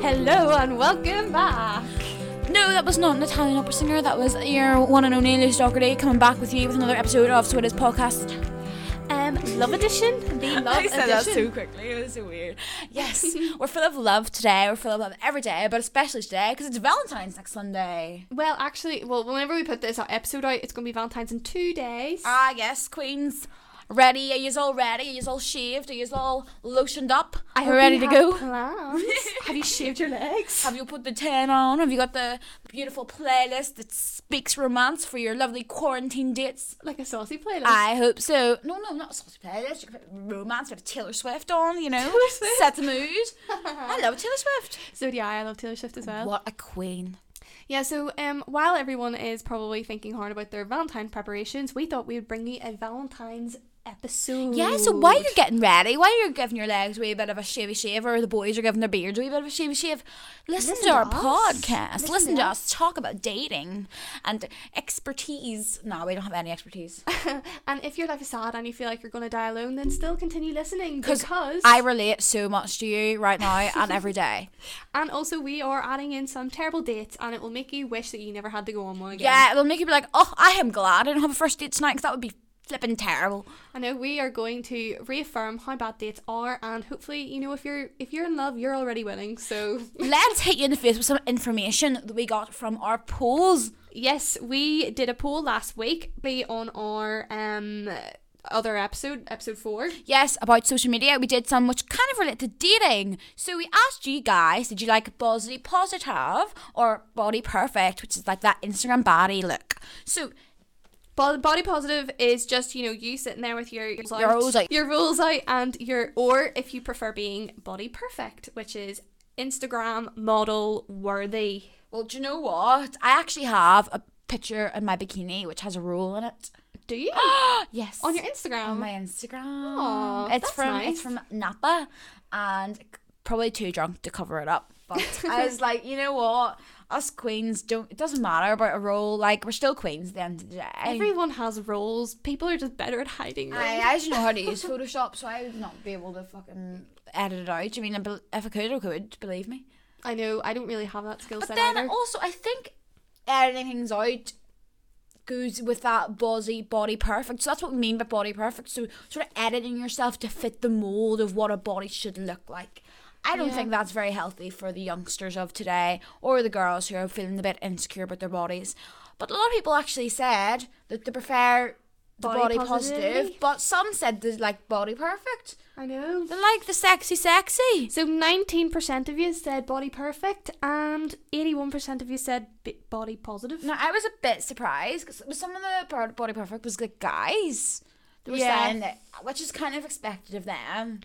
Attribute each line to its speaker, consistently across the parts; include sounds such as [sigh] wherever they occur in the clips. Speaker 1: Hello and welcome back.
Speaker 2: No, that was not an Italian opera singer. That was your one and only Lucy Doherty coming back with you with another episode of So It Is podcast.
Speaker 1: Um, Love Edition, the
Speaker 2: [laughs]
Speaker 1: Love
Speaker 2: I said that
Speaker 1: Edition.
Speaker 2: so quickly. It was so
Speaker 1: [laughs]
Speaker 2: weird. Yes, we're full of love today. We're full of love every day, but especially today because it's Valentine's next Sunday.
Speaker 1: Well, actually, well, whenever we put this episode out, it's going to be Valentine's in two days.
Speaker 2: Ah, yes, queens. Ready? Are you all ready? Are you all shaved? Are you all lotioned up?
Speaker 1: I
Speaker 2: We're
Speaker 1: hope
Speaker 2: ready
Speaker 1: you
Speaker 2: to
Speaker 1: have
Speaker 2: go.
Speaker 1: plans. [laughs] have you shaved your
Speaker 2: [laughs]
Speaker 1: legs?
Speaker 2: Have you put the tan on? Have you got the beautiful playlist that speaks romance for your lovely quarantine dates?
Speaker 1: Like a saucy playlist.
Speaker 2: I hope so. No, no, not a saucy playlist. You can put romance, put Taylor Swift on, you know.
Speaker 1: Taylor Swift.
Speaker 2: Set the mood.
Speaker 1: [laughs]
Speaker 2: I love Taylor Swift.
Speaker 1: so yeah, I love Taylor Swift as well.
Speaker 2: What a queen.
Speaker 1: Yeah, so um, while everyone is probably thinking hard about their Valentine preparations, we thought we would bring you a Valentine's episode.
Speaker 2: Yeah, so while you're getting ready, while you're giving your legs a wee bit of a shavy shave, or the boys are giving their beards a wee bit of a shavy shave, listen,
Speaker 1: Listen
Speaker 2: to
Speaker 1: to
Speaker 2: our
Speaker 1: us.
Speaker 2: podcast. Listen,
Speaker 1: Listen
Speaker 2: to
Speaker 1: to
Speaker 2: us talk about dating and expertise. No, we don't have any [laughs] expertise.
Speaker 1: and if your life is sad and you feel like you're gonna die alone, then still continue listening because
Speaker 2: I relate so much to you right now [laughs] and every day.
Speaker 1: and also we are adding in some terrible dates and it will make you wish that you never had to go on one again.
Speaker 2: Yeah, it'll make you be like, oh, I am glad I don't have a first date tonight because that would be flipping [laughs] terrible.
Speaker 1: I know we are going to reaffirm how bad dates are and hopefully, you know, if you're if you're in love, you're already winning. So
Speaker 2: Let's hit you in the face with some information that we got from our polls.
Speaker 1: [laughs] Yes, we did a poll last week be on our um other episode, episode four.
Speaker 2: Yes, about social media, we did some which kind of relate to dating. So we asked you guys, did you like body positive or body perfect, which is like that Instagram body look? So
Speaker 1: Bo- Body positive is just you know you sitting there with your rules out,
Speaker 2: Your rules out.
Speaker 1: your rules out, and your or if you prefer being body perfect, which is Instagram model worthy.
Speaker 2: well, do you know what? I actually have a picture in my bikini which has a rule in it.
Speaker 1: Do [gasps] you
Speaker 2: Yes.
Speaker 1: on your Instagram?
Speaker 2: on Oh my Instagram.
Speaker 1: Aw,
Speaker 2: it's
Speaker 1: that's
Speaker 2: from it's
Speaker 1: nice.
Speaker 2: from Napa, and c- probably too drunk to cover it up.
Speaker 1: [laughs]
Speaker 2: But I was like, you know what, us queens don't. It doesn't matter about a role. Like we're still queens at the end of the day.
Speaker 1: Everyone has roles. People are just better at hiding them.
Speaker 2: I, I just know how to use Photoshop, so I would not be able to fucking edit it out. I mean, I bel- if I could, I could. Believe me.
Speaker 1: I know. I don't really have that skill
Speaker 2: But
Speaker 1: set
Speaker 2: then
Speaker 1: either.
Speaker 2: also, I think editing things out goes with that body body perfect. So that's what we mean by body perfect. So sort of editing yourself to fit the mold of what a body should look like. I don't
Speaker 1: Yeah.
Speaker 2: think that's very healthy for the youngsters of today or the girls who are feeling a bit insecure about their bodies. But a lot of people actually said that they prefer the body, positive,
Speaker 1: Body positivity?
Speaker 2: but some said they like body perfect.
Speaker 1: I know.
Speaker 2: They like the sexy sexy.
Speaker 1: So 19% of you said body perfect and 81% of you said b- body positive.
Speaker 2: Now I was a bit surprised because some of the pro- body perfect was like guys. They were
Speaker 1: Yeah.
Speaker 2: saying that, which is kind of expected of them.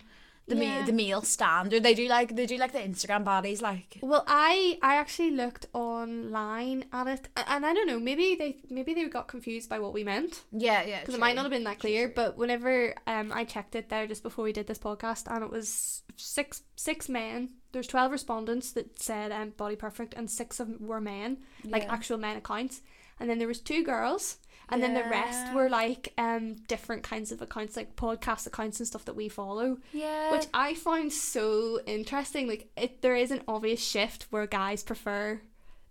Speaker 2: The
Speaker 1: Yeah.
Speaker 2: me- the meal standard they do like they do like the Instagram bodies like.
Speaker 1: Well, I I actually looked online at it a- and I don't know, maybe they maybe they got confused by what we meant
Speaker 2: Yeah, yeah.
Speaker 1: because it might not have been that clear, but whenever um I checked it there just before we did this podcast and it was six six men. There's 12 respondents that said um body perfect and six of 'em were men, like
Speaker 2: Yeah.
Speaker 1: actual men accounts. And then there was two girls and then the rest
Speaker 2: Yeah.
Speaker 1: were like um different kinds of accounts like podcast accounts and stuff that we follow
Speaker 2: Yeah.
Speaker 1: which I found so interesting. Like, it, there is an obvious shift where guys prefer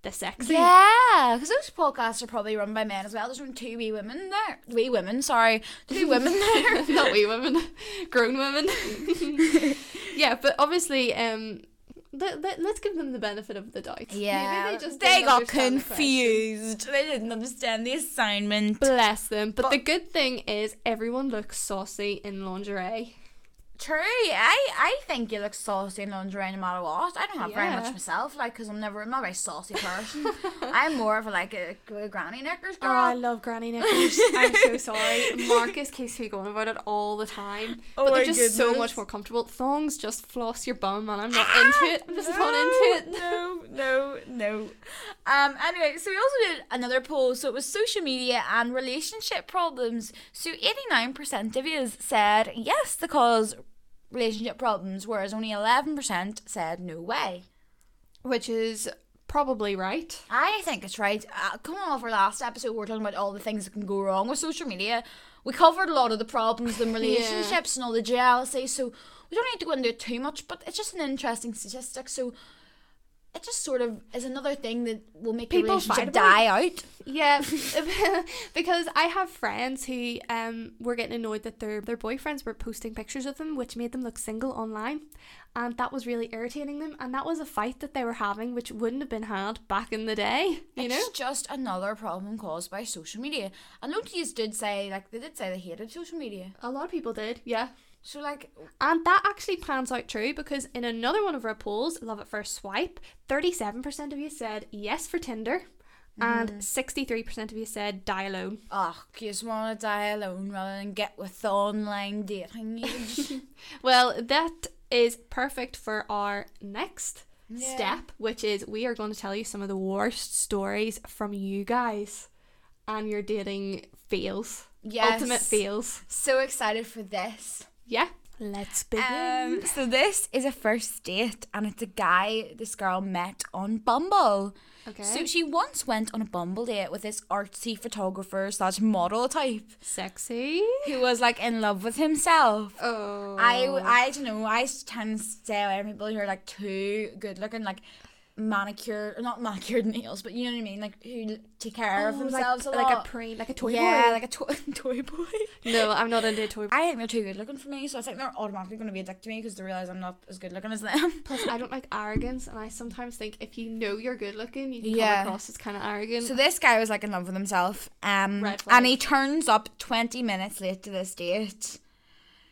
Speaker 1: the sexy. [laughs]
Speaker 2: yeah, because those podcasts are probably run by men as well. There's only two wee women there. Wee women, sorry, two [laughs] women there.
Speaker 1: Not we women, [laughs]
Speaker 2: [laughs]
Speaker 1: grown women. yeah, but obviously, um, let, let, us give them the benefit of the doubt.
Speaker 2: Yeah,
Speaker 1: Maybe they just
Speaker 2: they
Speaker 1: didn't
Speaker 2: got
Speaker 1: understand the question.
Speaker 2: confused. they didn't understand the assignment.
Speaker 1: Bless them. But,
Speaker 2: But-
Speaker 1: the good thing is, everyone looks saucy in lingerie.
Speaker 2: True. I, I think you look saucy in lingerie no matter what. I don't have very
Speaker 1: Yeah.
Speaker 2: much myself, like, because I'm never, I'm not a very
Speaker 1: [laughs]
Speaker 2: saucy person. I'm more of like a, a granny knickers girl.
Speaker 1: Oh, I love [laughs] granny knickers. I'm so sorry. [laughs] Marcus keeps me going about it all the [laughs] time.
Speaker 2: Oh
Speaker 1: but
Speaker 2: my
Speaker 1: they're just so
Speaker 2: goodness.
Speaker 1: much more comfortable. Thongs just floss your bum, and I'm [gasps] not into it. I'm just not into it.
Speaker 2: No, no, no. Um. Anyway, so we also did another poll. So it was social media and relationship problems. So eighty nine percent of you said yes, the cause relationship problems, whereas only eleven percent said no way.
Speaker 1: Which is probably right.
Speaker 2: I think it's right. Uh, coming off our last episode, we were talking about all the things that can go wrong with social media. We covered a lot of the problems
Speaker 1: [laughs]
Speaker 2: in relationships and all the jealousy, so we don't need to go into it too much, but it's just an interesting statistic. So it just sort of is another thing that will make
Speaker 1: People
Speaker 2: the relationship
Speaker 1: fight about
Speaker 2: die out.
Speaker 1: [laughs] Yeah, because I have friends who um were getting annoyed that their their boyfriends were posting pictures of them, which made them look single online, and that was really irritating them. And that was a fight that they were having, which wouldn't have been had back in the day. You know,
Speaker 2: It's just another problem caused by social media. And Lotus did say, like, they did say they hated social media.
Speaker 1: a lot of people did. Yeah,
Speaker 2: So, like,
Speaker 1: and that actually pans out true because in another one of our polls, love at first swipe, thirty seven percent of you said yes for Tinder, and sixty three percent of you said die alone.
Speaker 2: oh, you just want to die alone rather than get with the online dating age.
Speaker 1: [laughs] Well, that is perfect for our next
Speaker 2: Yeah.
Speaker 1: step, which is we are going to tell you some of the worst stories from you guys and your dating fails.
Speaker 2: Yes.
Speaker 1: Ultimate fails.
Speaker 2: so excited for this.
Speaker 1: Yeah. Let's
Speaker 2: Um, so this is a first date, and it's a guy this girl met on Bumble.
Speaker 1: okay.
Speaker 2: So she once went on a Bumble date with this artsy photographer slash model type
Speaker 1: Sexy.
Speaker 2: who was like in love with himself.
Speaker 1: Oh.
Speaker 2: I I don't know. I s- tend to stay away from people who are like too good looking, like manicured, not manicured [laughs] nails, but you know what I mean, like who l- take care of themselves
Speaker 1: Oh, like,
Speaker 2: a
Speaker 1: like
Speaker 2: lot.
Speaker 1: a pre, like a toy
Speaker 2: yeah,
Speaker 1: boy.
Speaker 2: like a toy, [laughs] toy boy.
Speaker 1: no, I'm not into a toy.
Speaker 2: I think they're too good looking for me, so I think they're automatically going to be a dick to me because they realize I'm not as good looking as them. [laughs]
Speaker 1: Plus, I don't like arrogance, and I sometimes think if you know you're good looking, you can
Speaker 2: Yeah.
Speaker 1: come across as kind of arrogant.
Speaker 2: So this guy was like in love with himself, um,
Speaker 1: Red flag.
Speaker 2: and he turns up twenty minutes late to this date.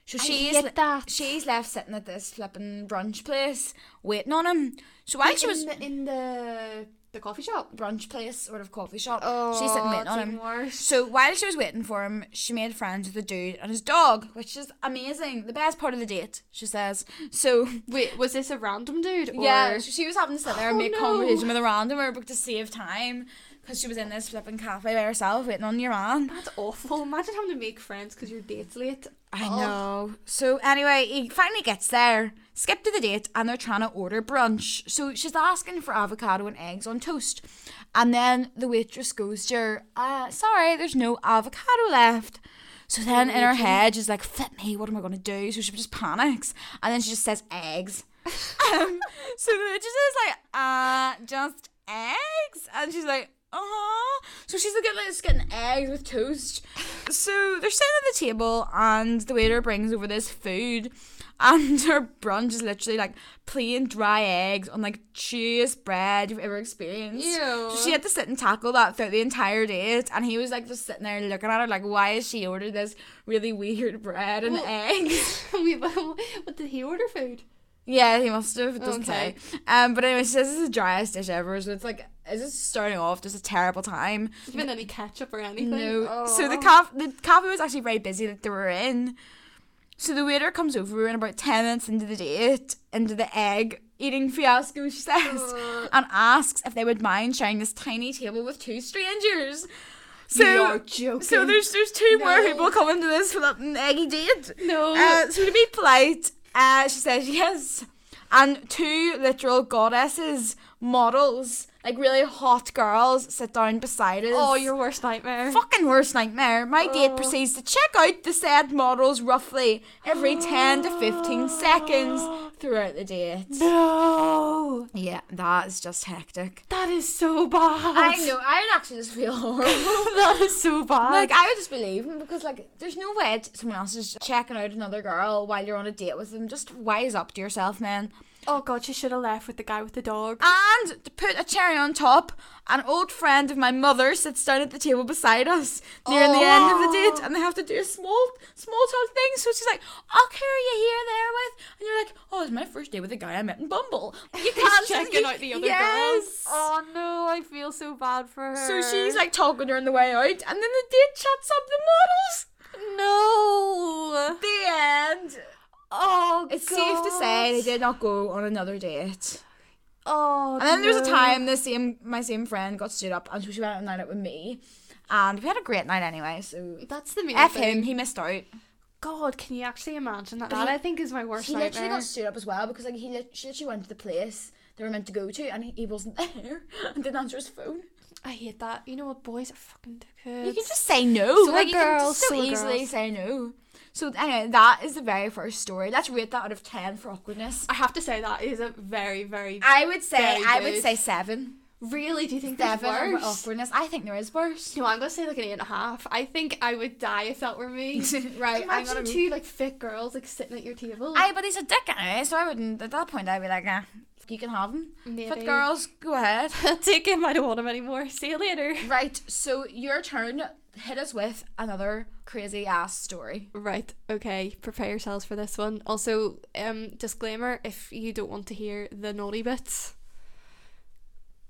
Speaker 2: So she's
Speaker 1: hate
Speaker 2: le-
Speaker 1: that.
Speaker 2: she's left sitting at this flipping brunch place waiting on him. So while she was
Speaker 1: in the, in the the coffee shop.
Speaker 2: brunch place sort of coffee shop,
Speaker 1: Oh,
Speaker 2: she's sitting waiting
Speaker 1: it's
Speaker 2: on
Speaker 1: even
Speaker 2: him.
Speaker 1: worse.
Speaker 2: So while she was waiting for him, she made friends with a dude and his dog, which is amazing. The best part of the date, she says. So
Speaker 1: Wait, was this a random dude? Or...
Speaker 2: Yeah, so she was having to sit there and
Speaker 1: Oh,
Speaker 2: make
Speaker 1: no.
Speaker 2: conversation with a randomer book to save time because she was in this flipping cafe by herself waiting on your man.
Speaker 1: That's awful. Imagine having to make friends because your date's late. Oh.
Speaker 2: I
Speaker 1: Ugh. [laughs]
Speaker 2: know. So anyway, he finally gets there, skip to the date, and they're trying to order brunch. So she's asking for avocado and eggs on toast, and then the waitress goes to her, uh, "Sorry, there's no avocado left." So then in her head, she's like, "Flip me! What am I gonna do?" So she just panics, and then she just says, "Eggs." um, so the waitress is like, uh, just eggs? And she's like, uh-huh. So she's looking like, just getting eggs with toast. So they're sitting at the table and the waiter brings over this food. And her brunch is literally like plain dry eggs on like chewiest bread you've ever experienced.
Speaker 1: Ew.
Speaker 2: So she had to sit and tackle that throughout the entire date. And he was like just sitting there looking at her like, why has she ordered this really weird bread and
Speaker 1: Well-
Speaker 2: eggs?
Speaker 1: Wait, but what did he order food?
Speaker 2: Yeah, he must have. It doesn't
Speaker 1: Okay.
Speaker 2: say. Um, but anyway, she says it's the driest dish ever. So it's like, is this starting off just a terrible time?
Speaker 1: Even any ketchup or anything?
Speaker 2: No.
Speaker 1: Oh.
Speaker 2: So the cafe, the cafe was actually very busy that they were in. So the waiter comes over and about ten minutes into the date, into the egg eating fiasco, she says,
Speaker 1: Ugh.
Speaker 2: and asks if they would mind sharing this tiny table with two strangers. So.
Speaker 1: You are joking.
Speaker 2: so there's there's two more
Speaker 1: No.
Speaker 2: people coming to this for that eggy date.
Speaker 1: no.
Speaker 2: Uh, so to be polite, uh, she says yes. And two literal goddesses, models, like really hot girls, sit down beside us.
Speaker 1: oh, your worst nightmare.
Speaker 2: fucking worst nightmare. My date
Speaker 1: Oh.
Speaker 2: proceeds to check out the said models roughly [gasps] every 10 to 15 seconds throughout the date.
Speaker 1: No.
Speaker 2: Yeah, that is just hectic.
Speaker 1: That is so bad.
Speaker 2: I know, I would actually just feel horrible.
Speaker 1: [laughs] that is so
Speaker 2: [laughs]
Speaker 1: bad.
Speaker 2: Like I would just believe him because like there's no way it's- someone else is checking out another girl while you're on a date with them. Just wise up to yourself, man.
Speaker 1: oh god, she should have left with the guy with the dog.
Speaker 2: And to put a cherry on top, an old friend of my mother sits down at the table beside us near the end of the date, and they have to do a small, small talk thing. So she's like, "I'll carry you here, there with," and you're like, "Oh, it's my first day with a guy I met in
Speaker 1: [laughs]
Speaker 2: Bumble." You can't
Speaker 1: checking out the other
Speaker 2: yes.
Speaker 1: girls. Oh no, I feel so bad for her.
Speaker 2: So she's like talking to her on the way out, and then the date chats up the models.
Speaker 1: no.
Speaker 2: The end.
Speaker 1: Oh,
Speaker 2: It's safe to say they
Speaker 1: God.
Speaker 2: did not go on another date.
Speaker 1: Oh,
Speaker 2: And then there was a
Speaker 1: no.
Speaker 2: time the same my same friend got stood up and so she went out on a night out with me. And we had a great night anyway, so
Speaker 1: That's the main
Speaker 2: F
Speaker 1: thing.
Speaker 2: him, he missed out.
Speaker 1: God, can you actually imagine that?
Speaker 2: But
Speaker 1: that
Speaker 2: he-
Speaker 1: I think is my worst
Speaker 2: He literally
Speaker 1: nightmare.
Speaker 2: got stood up as well because like he lit- she literally went to the place they were meant to go to and he, he wasn't [laughs] there and didn't answer his phone.
Speaker 1: I hate that. You know what? Boys are fucking dickheads.
Speaker 2: You can just say no.
Speaker 1: So
Speaker 2: like
Speaker 1: are
Speaker 2: you can
Speaker 1: girls,
Speaker 2: just so
Speaker 1: so are
Speaker 2: easily
Speaker 1: girls.
Speaker 2: say no. So anyway, that is the very first story. Let's rate that out of ten for awkwardness.
Speaker 1: I have to say that is a very, very.
Speaker 2: I would say
Speaker 1: Very
Speaker 2: I
Speaker 1: good.
Speaker 2: would say seven.
Speaker 1: really, do you think that's
Speaker 2: Seven over
Speaker 1: worse?
Speaker 2: awkwardness. I think there is worse.
Speaker 1: No, I'm gonna say like an eight and a half. I think I would die if that
Speaker 2: [laughs]
Speaker 1: were me. [laughs]
Speaker 2: right, I'm
Speaker 1: Imagine
Speaker 2: gonna.
Speaker 1: two like fit girls like sitting at your table.
Speaker 2: Aye, but he's a dick anyway, so I wouldn't. At that point, I'd be like, ah, you can have him. But
Speaker 1: Maybe.
Speaker 2: girls, go ahead.
Speaker 1: [laughs] take him. I don't want him anymore. [laughs] See you later.
Speaker 2: right, so your turn. Hit us with another crazy ass story.
Speaker 1: Right. Okay. Prepare yourselves for this one. Also, um, disclaimer: if you don't want to hear the naughty bits,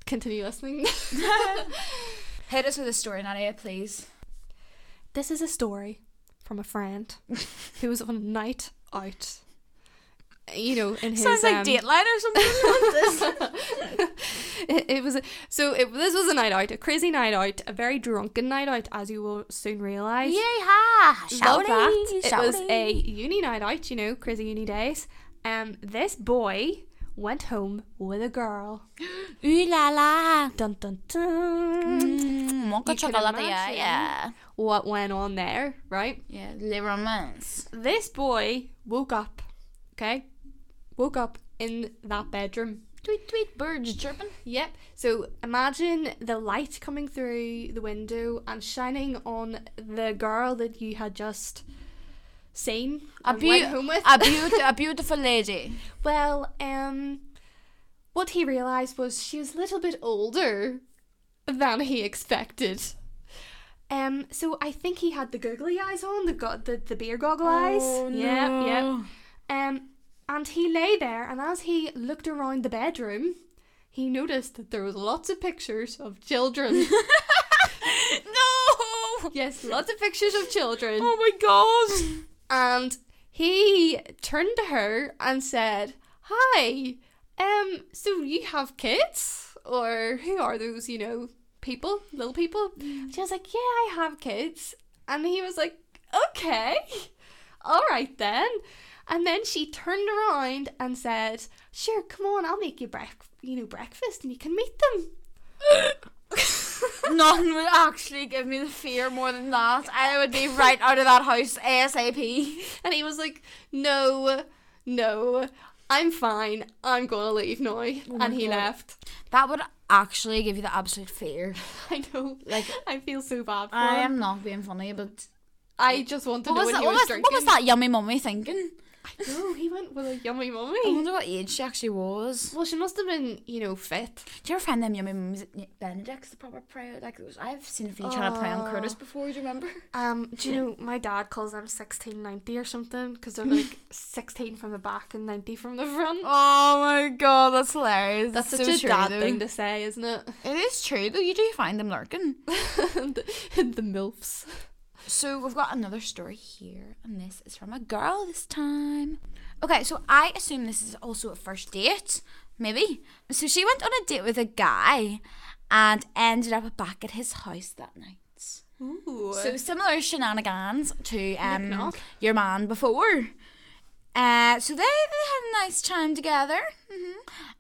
Speaker 1: continue listening. [laughs]
Speaker 2: Hit us with a story, Nadia, please.
Speaker 1: this is a story from a friend who was on a night out. You know, in his um,
Speaker 2: Dateline or [laughs] something.
Speaker 1: [laughs] it, it was a, so it, this was a night out, a crazy night out, a very drunken night out, as you will soon realise.
Speaker 2: Yay ha!
Speaker 1: Love that. It was a uni night out, you know, crazy uni days. Um, this boy went home with a girl.
Speaker 2: ooh la la.
Speaker 1: Dun dun dun.
Speaker 2: Mm, mocha
Speaker 1: You can
Speaker 2: chocolate, yeah,
Speaker 1: imagine.
Speaker 2: yeah,
Speaker 1: What went on there, right?
Speaker 2: yeah. Le romance.
Speaker 1: This boy woke up, okay? Woke up in that bedroom.
Speaker 2: Tweet tweet birds chirping.
Speaker 1: Yep. So imagine the light coming through the window and shining on the girl that you had just seen
Speaker 2: A,
Speaker 1: and went
Speaker 2: beau-
Speaker 1: home with.
Speaker 2: a, beaut- a beautiful
Speaker 1: [laughs]
Speaker 2: lady.
Speaker 1: Well, um, what he realised was she was a little bit older than he expected. Um, so I think he had the googly eyes on, the go- the, the beer goggle
Speaker 2: Oh,
Speaker 1: eyes. Yep, yep.
Speaker 2: no.
Speaker 1: Um, and he lay there, and as he looked around the bedroom, he noticed that there was lots of pictures
Speaker 2: [laughs]
Speaker 1: of children.
Speaker 2: no!
Speaker 1: yes, lots of pictures of children.
Speaker 2: Oh my [laughs] god!
Speaker 1: and he turned to her and said, "Hi, um, so you have kids, or who are those? You know, people, little people." She was like, "Yeah, I have kids," and he was like, "Okay, all right then." And then she turned around and said, "Sure, come on, I'll make you brec- you know, breakfast, and you can meet them." [laughs]
Speaker 2: None would actually give me the fear more than that. I would be right out of that house ASAP.
Speaker 1: And he was like, No, no, I'm fine. I'm gonna leave now. and he
Speaker 2: God.
Speaker 1: left.
Speaker 2: That would actually give you the absolute fear.
Speaker 1: [laughs] I know. Like I feel so bad for
Speaker 2: I
Speaker 1: him.
Speaker 2: am not being funny, but
Speaker 1: I just want to
Speaker 2: what
Speaker 1: know
Speaker 2: was,
Speaker 1: when
Speaker 2: that,
Speaker 1: he
Speaker 2: what,
Speaker 1: was,
Speaker 2: was,
Speaker 1: drinking.
Speaker 2: what was that yummy mummy thinking?
Speaker 1: [laughs] No, he went with a yummy
Speaker 2: I
Speaker 1: mummy.
Speaker 2: wonder what age she actually was.
Speaker 1: Oh, Well, she must have been, you know, fit.
Speaker 2: Do you ever find them yummy mummies at Ni- Benedict's the proper prayer? Like those, I've seen a few trying to play on Curtis before. Do you remember?
Speaker 1: Um, do you know my dad calls them sixteen ninety or something because they're [laughs] like sixteen from the back and ninety from the front.
Speaker 2: Oh my god, that's hilarious.
Speaker 1: That's such a dad thing to say, isn't [laughs] it?
Speaker 2: It is true though. You do find them lurking.
Speaker 1: the, the milfs.
Speaker 2: So we've got another story here, and this is from a girl this time. Okay, so I assume this is also a first date, maybe. So she went on a date with a guy, and ended up back at his house that night.
Speaker 1: [laughs] Ooh.
Speaker 2: So similar shenanigans to um
Speaker 1: knock.
Speaker 2: your man before. Uh, so they, they had a nice time together, hmm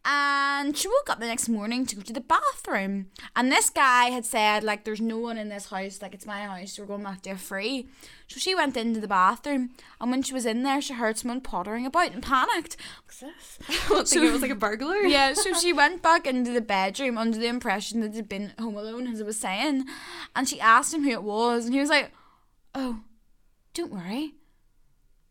Speaker 2: and she woke up the next morning to go to the bathroom. And this guy had said like, "There's no one in this house. Like it's my house. We're going back there free." So she went into the bathroom, and when she was in there, she heard someone pottering about and panicked. What's this?
Speaker 1: [laughs] I think it was like a burglar. [laughs]
Speaker 2: yeah, so she went back into the bedroom under the impression that he'd been home alone, as I was saying. And she asked him who it was, and he was like, Oh, don't worry.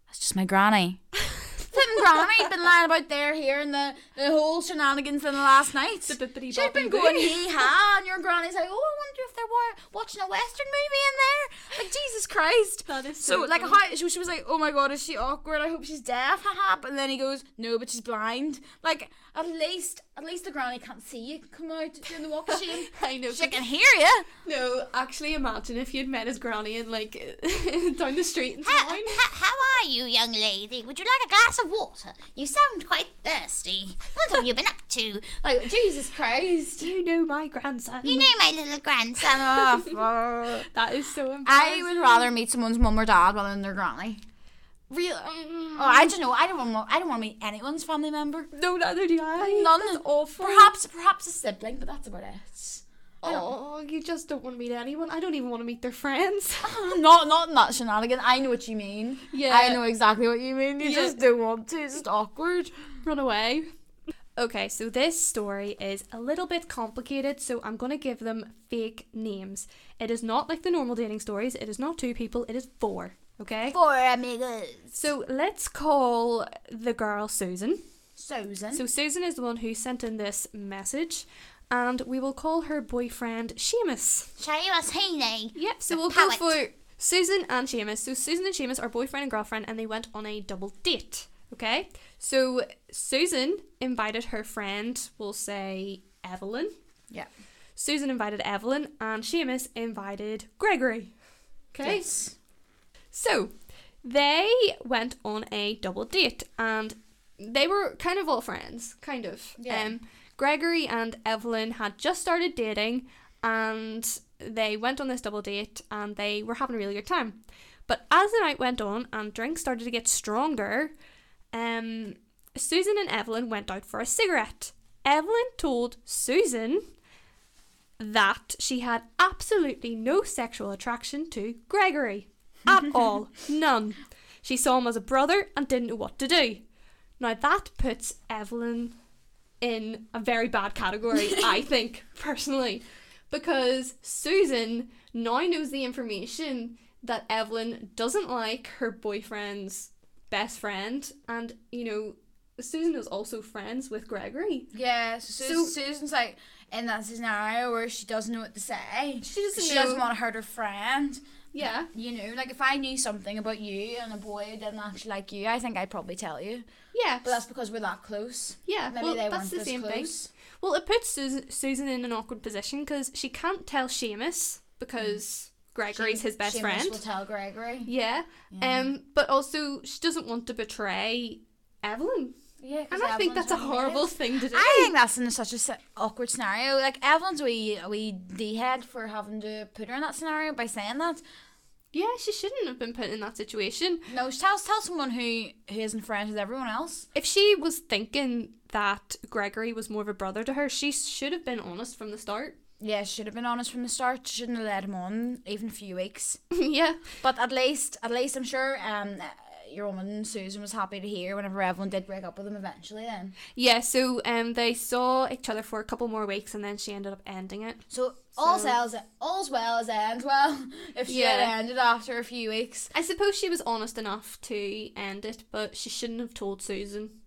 Speaker 2: That's just my granny. Flipping granny'd been lying about there, here, and the, the whole shenanigans in the last night.
Speaker 1: The bippity
Speaker 2: She'd been
Speaker 1: boppity
Speaker 2: going
Speaker 1: [laughs] boo.
Speaker 2: hee ha, and your granny's like, Oh, I wonder if they were watching a Western movie in there. Like, Jesus Christ.
Speaker 1: That is
Speaker 2: So,
Speaker 1: so
Speaker 2: like,
Speaker 1: funny.
Speaker 2: how she, she was like, "Oh my god, is she awkward? I hope she's deaf." Haha. And then he goes, "No, but she's blind." Like, at least, at least the granny can't see you come out during the walk of shame.
Speaker 1: [laughs] I
Speaker 2: [laughs]
Speaker 1: know.
Speaker 2: she can hear you.
Speaker 1: No, actually, imagine if you'd met his granny and like [laughs] down the street in
Speaker 3: How,
Speaker 1: town.
Speaker 3: how are you, young lady? Would you like a glass of water? You sound quite thirsty. What have you been up to?
Speaker 2: Like, Jesus Christ.
Speaker 1: Do you know my grandson?
Speaker 3: You know my little grandson.
Speaker 2: [laughs] I
Speaker 1: that is so embarrassing.
Speaker 2: would rather meet someone's mum or dad rather than their granny.
Speaker 1: Real.
Speaker 2: Oh, I don't know. I don't want. I don't want to meet anyone's family member.
Speaker 1: no, neither do I.
Speaker 2: None.
Speaker 1: That's awful.
Speaker 2: Perhaps, perhaps a sibling, but that's about it.
Speaker 1: Oh, you just don't want to meet anyone. I don't even want to meet their friends. [laughs]
Speaker 2: [laughs] not not in that shenanigan. I know what you mean.
Speaker 1: Yeah.
Speaker 2: I know exactly what you mean. You
Speaker 1: Yeah.
Speaker 2: just don't want to. It's just awkward.
Speaker 1: Run away. Okay, so this story is a little bit complicated, so I'm going to give them fake names. It is not like the normal dating stories. It is not two people, it is four. Okay?
Speaker 3: Four amigos.
Speaker 1: So let's call the girl Susan.
Speaker 2: Susan.
Speaker 1: So Susan is the one who sent in this message, and we will call her boyfriend Seamus.
Speaker 3: Shaya's Heaney.
Speaker 1: Yep, so
Speaker 3: The
Speaker 1: we'll
Speaker 3: palate.
Speaker 1: go for Susan and Seamus. So Susan and Seamus are boyfriend and girlfriend, and they went on a double date. Okay, so Susan invited her friend, we'll say Evelyn.
Speaker 2: Yeah.
Speaker 1: Susan invited Evelyn, and Seamus invited Gregory. Okay,
Speaker 2: Yes.
Speaker 1: so they went on a double date, and they were kind of all friends, kind of.
Speaker 2: Yeah.
Speaker 1: Um, Gregory and Evelyn had just started dating, and they went on this double date, and they were having a really good time. But as the night went on, and drinks started to get stronger, um, Susan and Evelyn went out for a cigarette. Evelyn told Susan that she had absolutely no sexual attraction to Gregory
Speaker 2: [laughs]
Speaker 1: at all. None. She saw him as a brother and didn't know what to do. Now that puts Evelyn in a very
Speaker 2: [laughs]
Speaker 1: bad category, I think, personally, because Susan now knows the information that Evelyn doesn't like her boyfriend's best friend, and you know, Susan is also friends with Gregory.
Speaker 2: Yeah. So,
Speaker 1: So-
Speaker 2: Susan's like in that scenario where she doesn't know what to say.
Speaker 1: She doesn't
Speaker 2: She
Speaker 1: know-
Speaker 2: doesn't want to hurt her friend.
Speaker 1: Yeah.
Speaker 2: You know, like if I knew something about you and a boy who didn't actually like you, I think I'd probably tell you.
Speaker 1: Yeah.
Speaker 2: But that's because we're that close.
Speaker 1: yeah.
Speaker 2: Maybe
Speaker 1: well,
Speaker 2: they
Speaker 1: that's
Speaker 2: weren't
Speaker 1: the
Speaker 2: as
Speaker 1: same thing.
Speaker 2: close.
Speaker 1: Well, it puts Sus- Susan in an awkward position because she can't tell Seamus because Gregory's his best
Speaker 2: Mm. Seamus
Speaker 1: friend.
Speaker 2: will tell Gregory.
Speaker 1: yeah. Um, but also she doesn't want to betray Evelyn,
Speaker 2: Yeah, 'cause
Speaker 1: and I think
Speaker 2: Evelyn's
Speaker 1: that's a
Speaker 2: one of the
Speaker 1: horrible
Speaker 2: best.
Speaker 1: thing to do.
Speaker 2: I think that's in such a s- awkward scenario. Like Evelyn's a wee a wee d head for having to put her in that scenario by saying that.
Speaker 1: yeah, she shouldn't have been put in that situation.
Speaker 2: No, she tells tell someone who who isn't friends with everyone else.
Speaker 1: If she was thinking that Gregory was more of a brother to her, she should have been honest from the start. [laughs]
Speaker 2: Yeah, she should have been honest from the start. She Shouldn't have led him on even a few weeks.
Speaker 1: yeah.
Speaker 2: But at least, at least I'm sure um uh, your woman Susan was happy to hear whenever Evelyn did break up with him eventually. Then
Speaker 1: Yeah, so um they saw each other for a couple more weeks and then she ended up ending it.
Speaker 2: so all's
Speaker 1: So-
Speaker 2: all's all's well as ends well. [laughs] If she
Speaker 1: Yeah.
Speaker 2: had ended after a few weeks.
Speaker 1: I suppose she was honest enough to end it, but she shouldn't have told Susan.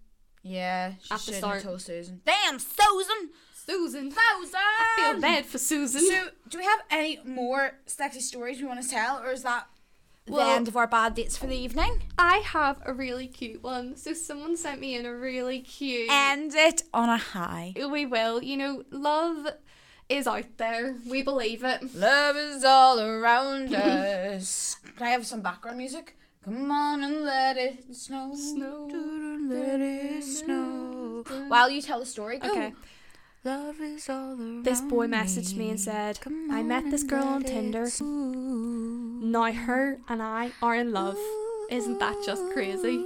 Speaker 2: Yeah, she
Speaker 1: At the
Speaker 2: shouldn't
Speaker 1: start.
Speaker 2: have told Susan. Damn, Susan,
Speaker 1: Susan.
Speaker 2: Susan.
Speaker 1: I feel bad for Susan.
Speaker 2: So, do we have any more sexy stories we want to tell, or is that the
Speaker 1: Well-
Speaker 2: end of our bad dates for the evening?
Speaker 1: I have a really cute one. So someone sent me in a really cute.
Speaker 2: End it on a high.
Speaker 1: we will. You know, love is out there. We believe it.
Speaker 2: Love is all around [laughs] us. Can I have some background music? Come on and let it snow.
Speaker 1: Snow.
Speaker 2: Doo-doo, Let it snow. While you tell the story, go.
Speaker 1: Okay.
Speaker 2: Love is all around
Speaker 1: Oh, This boy messaged me and said,
Speaker 2: Come
Speaker 1: I met
Speaker 2: on
Speaker 1: this
Speaker 2: and
Speaker 1: girl on
Speaker 2: let it
Speaker 1: Tinder.
Speaker 2: snow.
Speaker 1: Now her and I are in love. Isn't that just crazy?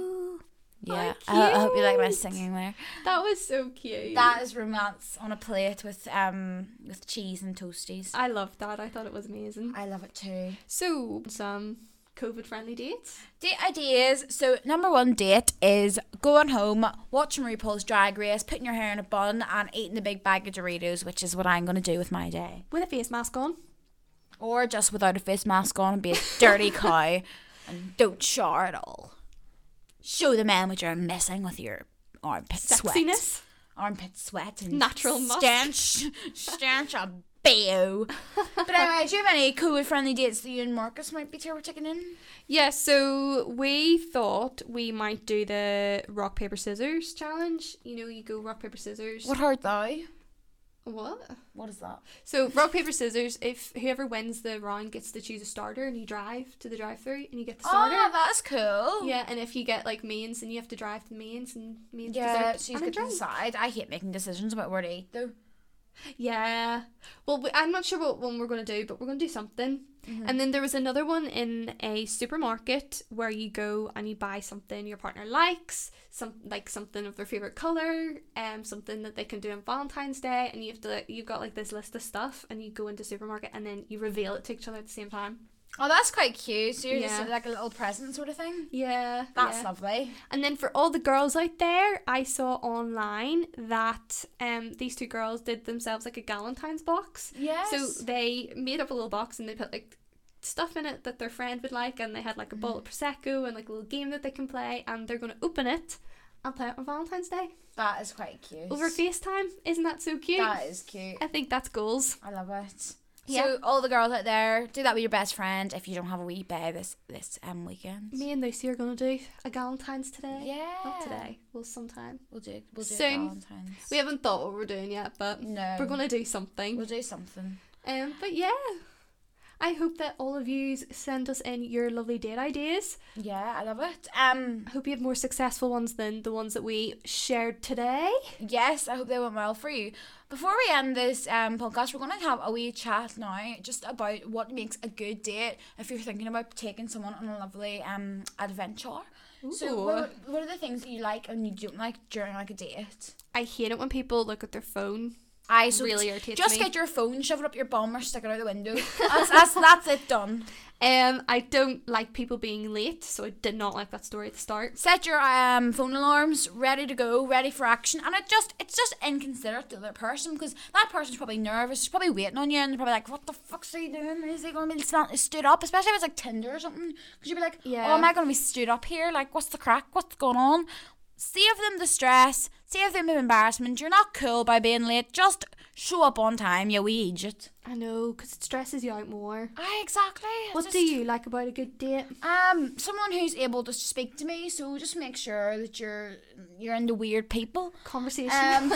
Speaker 2: Yeah,
Speaker 1: How
Speaker 2: I, I hope you like my
Speaker 1: cute.
Speaker 2: singing there.
Speaker 1: That was so cute.
Speaker 2: That is romance on a plate with um with cheese and toasties.
Speaker 1: I loved that. I thought it was amazing.
Speaker 2: I love it too.
Speaker 1: So, some COVID friendly dates.
Speaker 2: Date ideas. So number one date is going home, watching RuPaul's Drag Race, putting your hair in a bun, and eating a big bag of Doritos, which is what I'm gonna do with my day.
Speaker 1: With a face mask on.
Speaker 2: Or just without a face mask on and be a [laughs] dirty cow, and don't shower at all. Show the man what you're missing with your armpit sweat,
Speaker 1: Sexiness.
Speaker 2: armpit sweat, and
Speaker 1: Natural musk.
Speaker 2: stench, stench of [laughs] boo. but anyway, do you have any COVID friendly dates that you and Marcus might be ter- taking in?
Speaker 1: Yeah, so we thought we might do the rock, paper, scissors challenge. You know, you go rock, paper, scissors.
Speaker 2: What are they?
Speaker 1: What?
Speaker 2: What is that?
Speaker 1: So, rock, paper, scissors, if whoever wins the round gets to choose a starter and you drive to the drive through and you get the starter.
Speaker 2: Oh, that's cool.
Speaker 1: yeah, and if you get like mains and you have to drive to the mains and mains
Speaker 2: Yeah,
Speaker 1: dessert
Speaker 2: she's
Speaker 1: and a
Speaker 2: good to
Speaker 1: drink.
Speaker 2: decide. I hate making decisions about where to eat though.
Speaker 1: Yeah. Well, we, I'm not sure what one we're going to do, but we're going to do something. And then there was another one in a supermarket where you go and you buy something your partner likes, some like something of their favorite color, um, something that they can do on Valentine's Day, and you have to you've got like this list of stuff, and you go into supermarket and then you reveal it to each other at the same time.
Speaker 2: Oh, that's quite cute. So you're
Speaker 1: Yeah.
Speaker 2: just like a little present sort of thing.
Speaker 1: Yeah,
Speaker 2: That's
Speaker 1: yeah.
Speaker 2: lovely.
Speaker 1: And then for all the girls out there, I saw online that um these two girls did themselves like a Galentine's box.
Speaker 2: Yes.
Speaker 1: So they made up a little box and they put like stuff in it that their friend would like, and they had
Speaker 2: Mm.
Speaker 1: like a bottle of prosecco and like a little game that they can play, and they're gonna open it and play it on Valentine's Day
Speaker 2: that is quite cute.
Speaker 1: over FaceTime. Isn't that so cute?
Speaker 2: That is cute.
Speaker 1: I think that's goals.
Speaker 2: I love it.
Speaker 1: Yeah.
Speaker 2: So all the girls out there, do that with your best friend if you don't have a wee bear this this um weekend.
Speaker 1: Me and Lucy are gonna do a Galentine's today.
Speaker 2: Yeah.
Speaker 1: Not today. Well, sometime.
Speaker 2: We'll do we'll do
Speaker 1: Soon.
Speaker 2: it Valentine's.
Speaker 1: We haven't thought what we're doing yet, but
Speaker 2: No.
Speaker 1: we're gonna do something.
Speaker 2: We'll do something.
Speaker 1: Um, but yeah, I hope that all of you send us in your lovely date ideas.
Speaker 2: Yeah, I love it. Um
Speaker 1: I hope you have more successful ones than the ones that we shared today.
Speaker 2: yes, I hope they went well for you. Before we end this um podcast, we're gonna have a wee chat now just about what makes a good date if you're thinking about taking someone on a lovely um adventure. So
Speaker 1: Ooh.
Speaker 2: what, what are the things that you like and you don't like during like a date?
Speaker 1: I hate it when people look at their phone.
Speaker 2: I so
Speaker 1: Really
Speaker 2: t-
Speaker 1: irritates
Speaker 2: Just
Speaker 1: me.
Speaker 2: get your phone, shove it up your bum, or stick it out the
Speaker 1: [laughs]
Speaker 2: window. that's, that's, that's it done.
Speaker 1: Um, I don't like people being late, so I did not like that story at the start.
Speaker 2: Set your um, phone alarms, ready to go, ready for action, and it just it's just inconsiderate to the other person because that person's probably nervous, she's probably waiting on you, and they're probably like, "What the fuck's he doing? Is he gonna be stand- stood up?" Especially if it's like Tinder or something, because you'd be like,
Speaker 1: Yeah.
Speaker 2: "Oh, am I gonna be stood up here? Like, what's the crack? What's going on?" Save them the stress, save them the embarrassment. You're not cool by being late. Just show up on time, you wee idiot.
Speaker 1: I know, because it stresses you out more.
Speaker 2: Aye, exactly.
Speaker 1: What
Speaker 2: Just-
Speaker 1: do you like about a good date?
Speaker 2: Um, someone who's able to speak to me. So just make sure that you're you're into weird people.
Speaker 1: Conversation. [laughs]
Speaker 2: Um,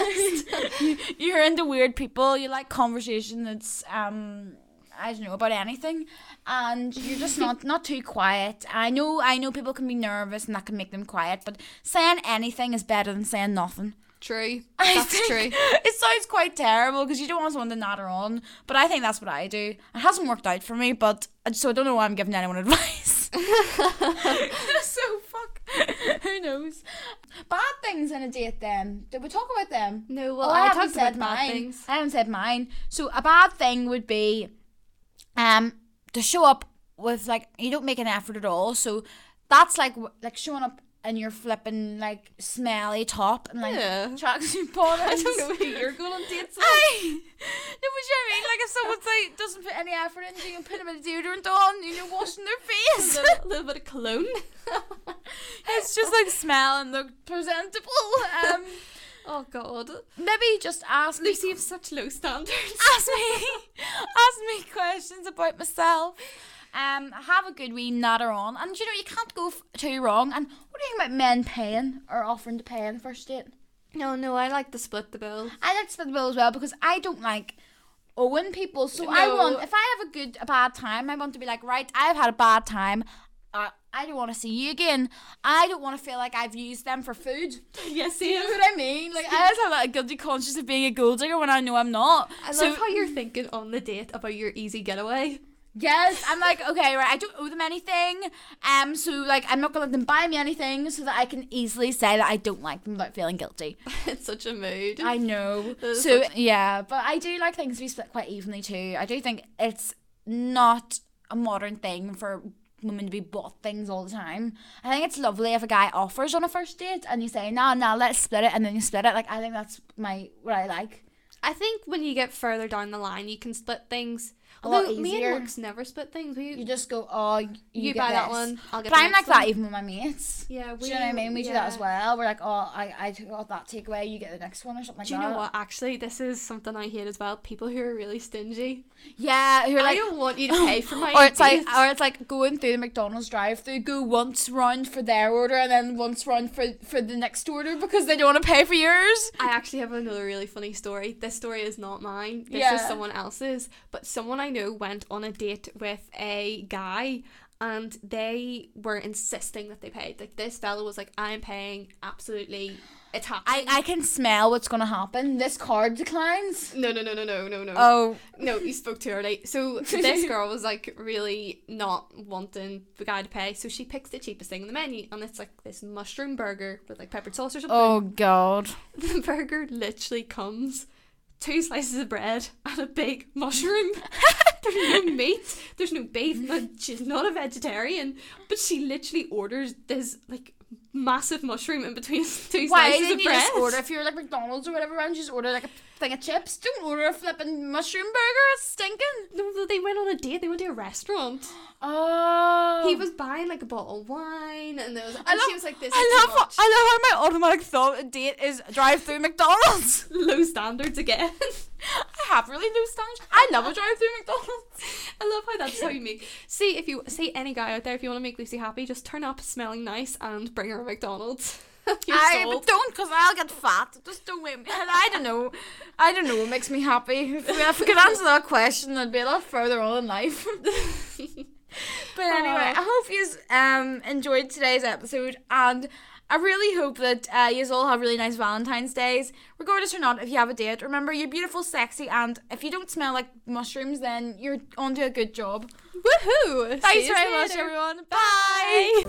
Speaker 2: [laughs] you're into weird people. You like conversation that's um. I don't know about anything, and you're just not not too quiet. I know I know people can be nervous and that can make them quiet, but saying anything is better than saying nothing.
Speaker 1: true.
Speaker 2: [laughs] I
Speaker 1: That's
Speaker 2: think
Speaker 1: true.
Speaker 2: It sounds quite terrible because you don't want someone to natter on, but I think that's what I do. It hasn't worked out for me, but so I don't know why I'm giving anyone [laughs]
Speaker 1: [laughs]
Speaker 2: advice. so fuck. [laughs] Who knows? Bad things in a date. Then did we talk about them?
Speaker 1: No, well,
Speaker 2: Oh,
Speaker 1: I,
Speaker 2: haven't
Speaker 1: talked about bad
Speaker 2: mine.
Speaker 1: things.
Speaker 2: I haven't said mine. So a bad thing would be, um, to show up with like you don't make an effort at all. So that's like w- like showing up in your flipping like smelly top and like
Speaker 1: [laughs] Yeah.
Speaker 2: [laughs] tracksuit bottoms.
Speaker 1: I don't know
Speaker 2: [laughs]
Speaker 1: who [laughs] you're going on dates with.
Speaker 2: Aye. no, but you know what I mean? Like if someone's like doesn't put any effort into you and put a bit of deodorant on, you know, washing their face. [laughs]
Speaker 1: A little bit of [laughs] cologne.
Speaker 2: it's just like smell and look presentable. Um,
Speaker 1: oh, God.
Speaker 2: [laughs] maybe just ask me
Speaker 1: Lucy, you have such low standards.
Speaker 2: ask [laughs] me ask me questions about myself. Um, have a good wee natter on, and you know you can't go f- too wrong. And what do you think about men paying or offering to pay on the first date?
Speaker 1: No, no, I like to split the bill.
Speaker 2: I like to split the bill as well because I don't like owing people. So I
Speaker 1: No.
Speaker 2: want if I have a good a bad time, I want to be like right. I've had a bad time. Uh, I don't want to see you again. I don't want to feel like I've used them for food.
Speaker 1: [laughs]
Speaker 2: [laughs]
Speaker 1: Yes, [laughs]
Speaker 2: You know what I mean? Like I always have like, a guilty conscience of being a gold digger when I know I'm not.
Speaker 1: I love how you're thinking on the date about your easy getaway.
Speaker 2: Yes, I'm like, okay, right, I don't owe them anything. Um, so like I'm not gonna let them buy me anything so that I can easily say that I don't like them without feeling guilty.
Speaker 1: [laughs] it's such a mood.
Speaker 2: I know.
Speaker 1: [laughs] That is
Speaker 2: So yeah, but I do like things to be split quite evenly too. I do think it's not a modern thing for women to be bought things all the time. I think it's lovely if a guy offers on a first date and you say, "Nah, nah, let's split it," and then you split it. Like I think that's my what I like.
Speaker 1: I think when you get further down the line, you can split things.
Speaker 2: A lot
Speaker 1: Although me
Speaker 2: easier.
Speaker 1: and Max never split things. We,
Speaker 2: You
Speaker 1: you
Speaker 2: just go, "Oh, you, get
Speaker 1: buy that
Speaker 2: this."
Speaker 1: one, I'll get
Speaker 2: But
Speaker 1: the
Speaker 2: I'm like
Speaker 1: next
Speaker 2: that
Speaker 1: one.
Speaker 2: even with my mates.
Speaker 1: Yeah,
Speaker 2: do you know what I mean? We do that as
Speaker 1: yeah.
Speaker 2: well. We're like, oh, I, I got that takeaway, you get the next one or something like
Speaker 1: Do you
Speaker 2: that.
Speaker 1: know what? Actually, this is something I hate as well. People who are really stingy.
Speaker 2: Yeah, you're
Speaker 1: I
Speaker 2: like,
Speaker 1: don't want you [laughs] to pay for my.
Speaker 2: or it's like,
Speaker 1: dates.
Speaker 2: or it's like going through the McDonald's drive-through, go once round for their order and then once round for for the next order because they don't want to pay for yours.
Speaker 1: I actually have another really funny story. This story is not mine. This
Speaker 2: Yeah.
Speaker 1: is someone else's. But someone I know went on a date with a guy and they were insisting that they paid. Like this fella was like, "I'm paying absolutely. It's
Speaker 2: I,
Speaker 1: happening."
Speaker 2: I can smell what's going to happen. This card declines.
Speaker 1: no, no, no, no, no, no, no.
Speaker 2: Oh,
Speaker 1: No, you spoke too early.
Speaker 2: [laughs]
Speaker 1: So this girl was like really not wanting the guy to pay, so she picks the cheapest thing on the menu, and it's like this mushroom burger with like peppered sauce or something.
Speaker 2: oh God.
Speaker 1: The [laughs] burger literally comes two slices of bread and a big [laughs]
Speaker 2: [laughs]
Speaker 1: mushroom. There's no meat. There's no beef. But she's not a vegetarian. But she literally orders this like massive mushroom in between [laughs] two
Speaker 2: Why
Speaker 1: slices
Speaker 2: didn't
Speaker 1: of
Speaker 2: you
Speaker 1: bread.
Speaker 2: just
Speaker 1: [laughs]
Speaker 2: order if you're like McDonald's or whatever and just order like a thing of chips? Don't order a flipping mushroom burger. It's stinking.
Speaker 1: No, no, they went on a date. They went to a restaurant.
Speaker 2: Oh.
Speaker 1: He was buying like a bottle of wine, and there was. And
Speaker 2: I love,
Speaker 1: she was like, "This is
Speaker 2: I
Speaker 1: too
Speaker 2: love,
Speaker 1: much."
Speaker 2: I love how my automatic thought of date is drive through McDonald's. [laughs]
Speaker 1: low standards again." [laughs]
Speaker 2: I have really low standards. I love a drive through McDonald's. [laughs]
Speaker 1: I love how that's how you make. See if you see any guy out there, if you want to make Lucy happy, just turn up smelling nice and bring her a McDonald's. [laughs] You're
Speaker 2: I
Speaker 1: sold.
Speaker 2: but don't, because I'll get fat. Just don't make me. [laughs] and I don't know. I don't know what makes me happy. If, we- if I could answer that question, I'd be a lot further on in life. [laughs] But anyway,
Speaker 1: Aw.
Speaker 2: I hope you've um, enjoyed today's episode, and I really hope that uh, you all have really nice Valentine's days, regardless or not. If you have a date, remember you're beautiful, sexy, and if you don't smell like mushrooms, then you're onto a good job.
Speaker 1: Woohoo!
Speaker 2: Thanks very much, everyone. Bye.